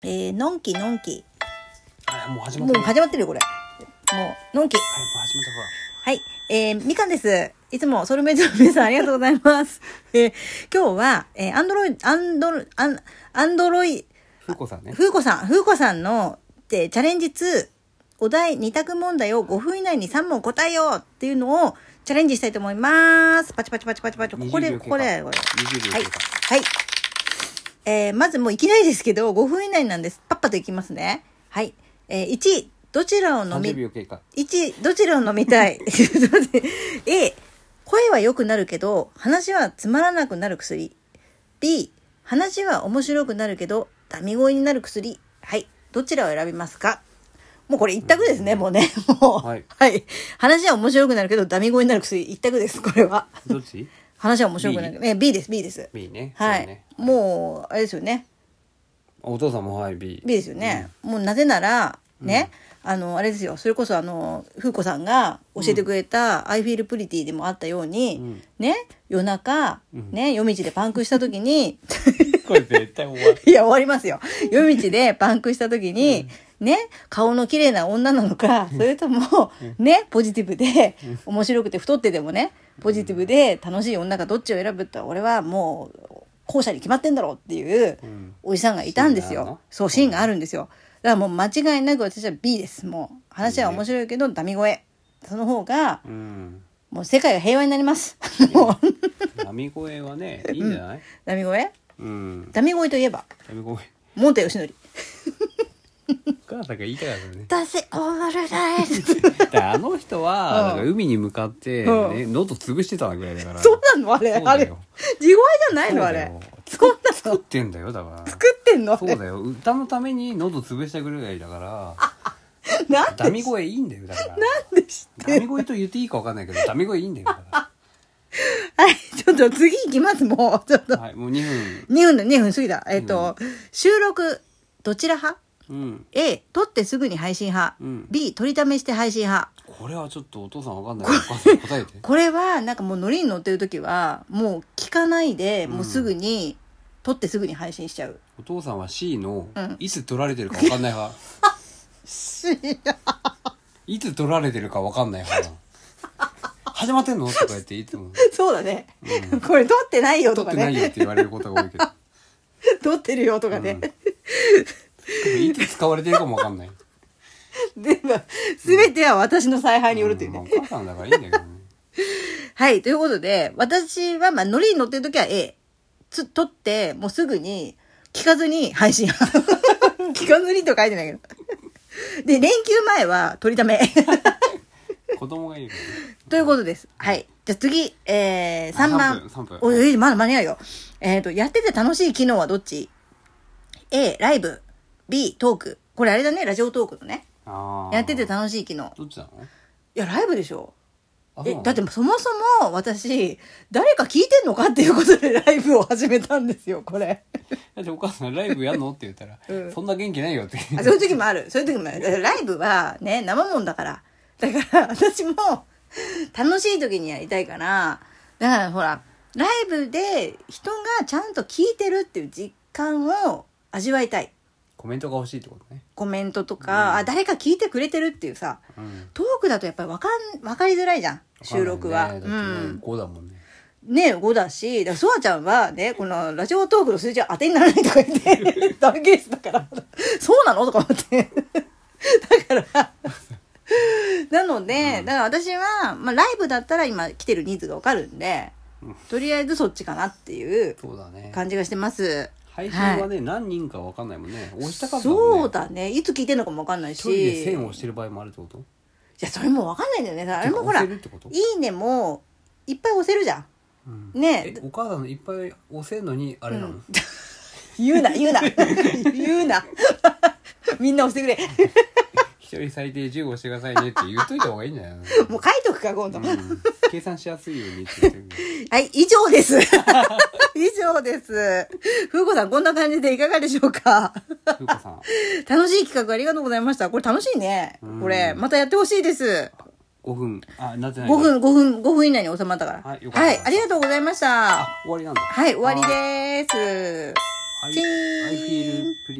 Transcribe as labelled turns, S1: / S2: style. S1: えー、のんきのんき。
S2: あもう始ま
S1: も
S2: っ
S1: う
S2: た。
S1: 始まってるよ、これ。もう、のんき。
S2: はい、もう始まったほら。
S1: はい。えー、みかんです。いつもソルメイトの皆さんありがとうございます。 えー、今日は、えー、アンドロイド、アンドロ、アン、アンドロイ、
S2: ふうこさんね。
S1: ふうこさん、ふうこさんの、えーチャレンジ2、お題2択問題を5分以内に3問答えようっていうのをチャレンジしたいと思います。パチパチパチパチパチ。ここ
S2: 20
S1: で、
S2: 秒
S1: ここで、これ。
S2: 20
S1: は
S2: 秒
S1: い。
S2: 経過。
S1: はい。えーまずもういきなりですけど、5分以内なんです。パッパといきますね。はい。えー、1、どちらを飲み
S2: 30、秒経過。
S1: 1、どちらを飲みたい ちょっと待って A、声は良くなるけど、話はつまらなくなる薬。B、話は面白くなるけど、ダミ声になる薬。はい。どちらを選びますかもうこれ一択ですね、もうね。 もう。
S2: はい
S1: はい。話は面白くなるけど、ダミ声になる薬一択です、これは。
S2: どっち
S1: 話は面白くない。え、B です、B です。
S2: ?B ね。
S1: は
S2: そう
S1: い
S2: ね。。
S1: もう、あれですよね。
S2: お父さんもはい、B。
S1: B ですよね。もうなぜなら、ね、あの、あれですよ。それこそ、あの、風子さんが教えてくれた、I feel pretty でもあったように、
S2: ん
S1: ね、夜中、ね、夜道でパンクした時に、
S2: これ絶対終わる。
S1: いや、終わります よ。夜道でパンクした時に、ね、顔の綺麗な女なのか、それとも、ね、ポジティブで、面白くて太っててもね、ポジティブで楽しい女かどっちを選ぶって、俺はもう、後者に決まってんだろうっていう
S2: うん、
S1: おじさんがいたんです
S2: シーンがあ
S1: よ
S2: るの。
S1: そう、シーンがあるんですよ。だからもう間違いなく私は B です。もう、話は面白いけど、ダミ声。その方が、
S2: うん。
S1: もう世界が平和になります。 もう、
S2: 波声はね、いいんじゃない
S1: ダミ声
S2: うん。
S1: ダミ声といえば、
S2: 波声。
S1: モンテヨシノリ。
S2: お母さんが言いたか ったね。
S1: 私、オールライト。
S2: だからあの人は、
S1: う
S2: なんんか海に向かって、
S1: うん
S2: ね、喉潰してたぐらいだから。
S1: そうなのあれ
S2: そう
S1: あ
S2: だ
S1: れ
S2: よ
S1: 地声じゃないのあれ
S2: そうだよ
S1: そんな
S2: 作ってんだよ、だから。
S1: 作ってんのあ
S2: そう
S1: れ
S2: だよ。歌のために喉潰したぐらいだから、
S1: なん
S2: ダミ声いいんだよ、だから。
S1: で知っ
S2: ダミ声と言っていいかわかんな いけど、ダミ声いいんだよ。だか
S1: はいちょっと次行きますもうちょっと
S2: らはい、もう2分。
S1: 2分だ2分過ぎたえっ、と、収録どちら派
S2: うん。
S1: A 撮ってすぐに配信派、
S2: うん
S1: B 撮りためして配信派
S2: これはちょっとお父さんわかんないからお母さん答えて。
S1: これはなんかもうノリに乗ってる時はもう聞かないでもうすぐに、撮ってすぐに配信しちゃ う
S2: お父さんは C の
S1: うん、
S2: いつ取られてるかわかんな い派。いつ取られてるかわかんない派。始まってんのとか言っていつも。
S1: そうだね、 これ撮ってないよとか
S2: 取ってないよっ
S1: ね
S2: て言われることが多いけど。
S1: 撮ってるよとかね、
S2: うんでもいつ使われてるかもわかんない。
S1: 全部、すべては私の采配によるという
S2: うん
S1: ね。
S2: まあお母さんだからいいんだけどね。
S1: はい、ということで、私は、まあ、ノリに乗ってるときは A。つ、撮って、もうすぐに、聞かずに配信。 聞かずにと書いてないけど。で、連休前は、撮りため。
S2: 子供がいるからね。
S1: ということです。はい。じゃあ次、えー、3番。
S2: 3分3分
S1: おい、まだ間に合うよ。えっ、と、やってて楽しい機能はどっち ?A、ライブ。B、トーク。これあれだね、ラジオトークのね。
S2: あー
S1: やってて楽しい機能。
S2: どっちなの
S1: いや、ライブでしょ
S2: あそう
S1: え
S2: なの
S1: だってそもそも私誰か聞いてんのかっていうことで ライブを始めたんですよこれ
S2: だってお母さんライブやんのって言ったら、
S1: うん
S2: そんな元気ないよって。
S1: あそういう時もあるそういう時もあ るだからライブはね生もんだからだから私も楽しい時にやりたいからだからほらライブで人がちゃんと聞いてるっていう実感を味わいたい
S2: コメントが欲しいってことね。
S1: コメントとか、あ誰か聞いてくれてるっていうさ
S2: うん。
S1: トークだとやっぱり分かん分かりづらいじゃん収録は、
S2: わかん
S1: う
S2: ないねだって
S1: ん
S2: ね、こうだもんね。
S1: ね、5だし、だからソワちゃんはね、このラジオトークの数字は当てにならないとか言 って、ダメケースだから、そうなのとか思って。だから、なので、だから私は、まあライブだったら今来てる人数がわかるんで、とりあえずそっちかなっていう
S2: そうだね。
S1: 感じがしてます。
S2: 配信はね、何人かわかんないもんね。押したかったもんね。
S1: そう。だね。いつ聞いてんのかもわかんないし。
S2: 一人で線を押してる場合もあるってこと
S1: いや、それもわかんないんだよね。あれもほら、い
S2: てか押せるってこと
S1: いねもいっぱい押せるじゃん。
S2: うん
S1: ね
S2: えお母さんのいっぱい押せんのに、あれなの、
S1: 言うな、言うな。言うな。 みんな押してくれ。
S2: 一人最低15押してくださいねって言っといた方がいいんじゃないの
S1: もう書いとくか、今度。
S2: うん計算しやすいようにって言ってるけど
S1: はい、以上です。 以上です。ふうこさん、こんな感じでいかがでしょうか
S2: ふうこさん、
S1: 楽しい企画ありがとうございました。これ楽しいね
S2: う。ん
S1: これ、またやってほしいです。
S2: 5分。あ、なってな
S1: 5
S2: い。
S1: 分、5分、5分以内に収まったから。
S2: はいよかった
S1: ありがとうございました。
S2: あ、終わりなんだ。
S1: はい、終わりです。
S2: I,
S1: チーン
S2: I feel pretty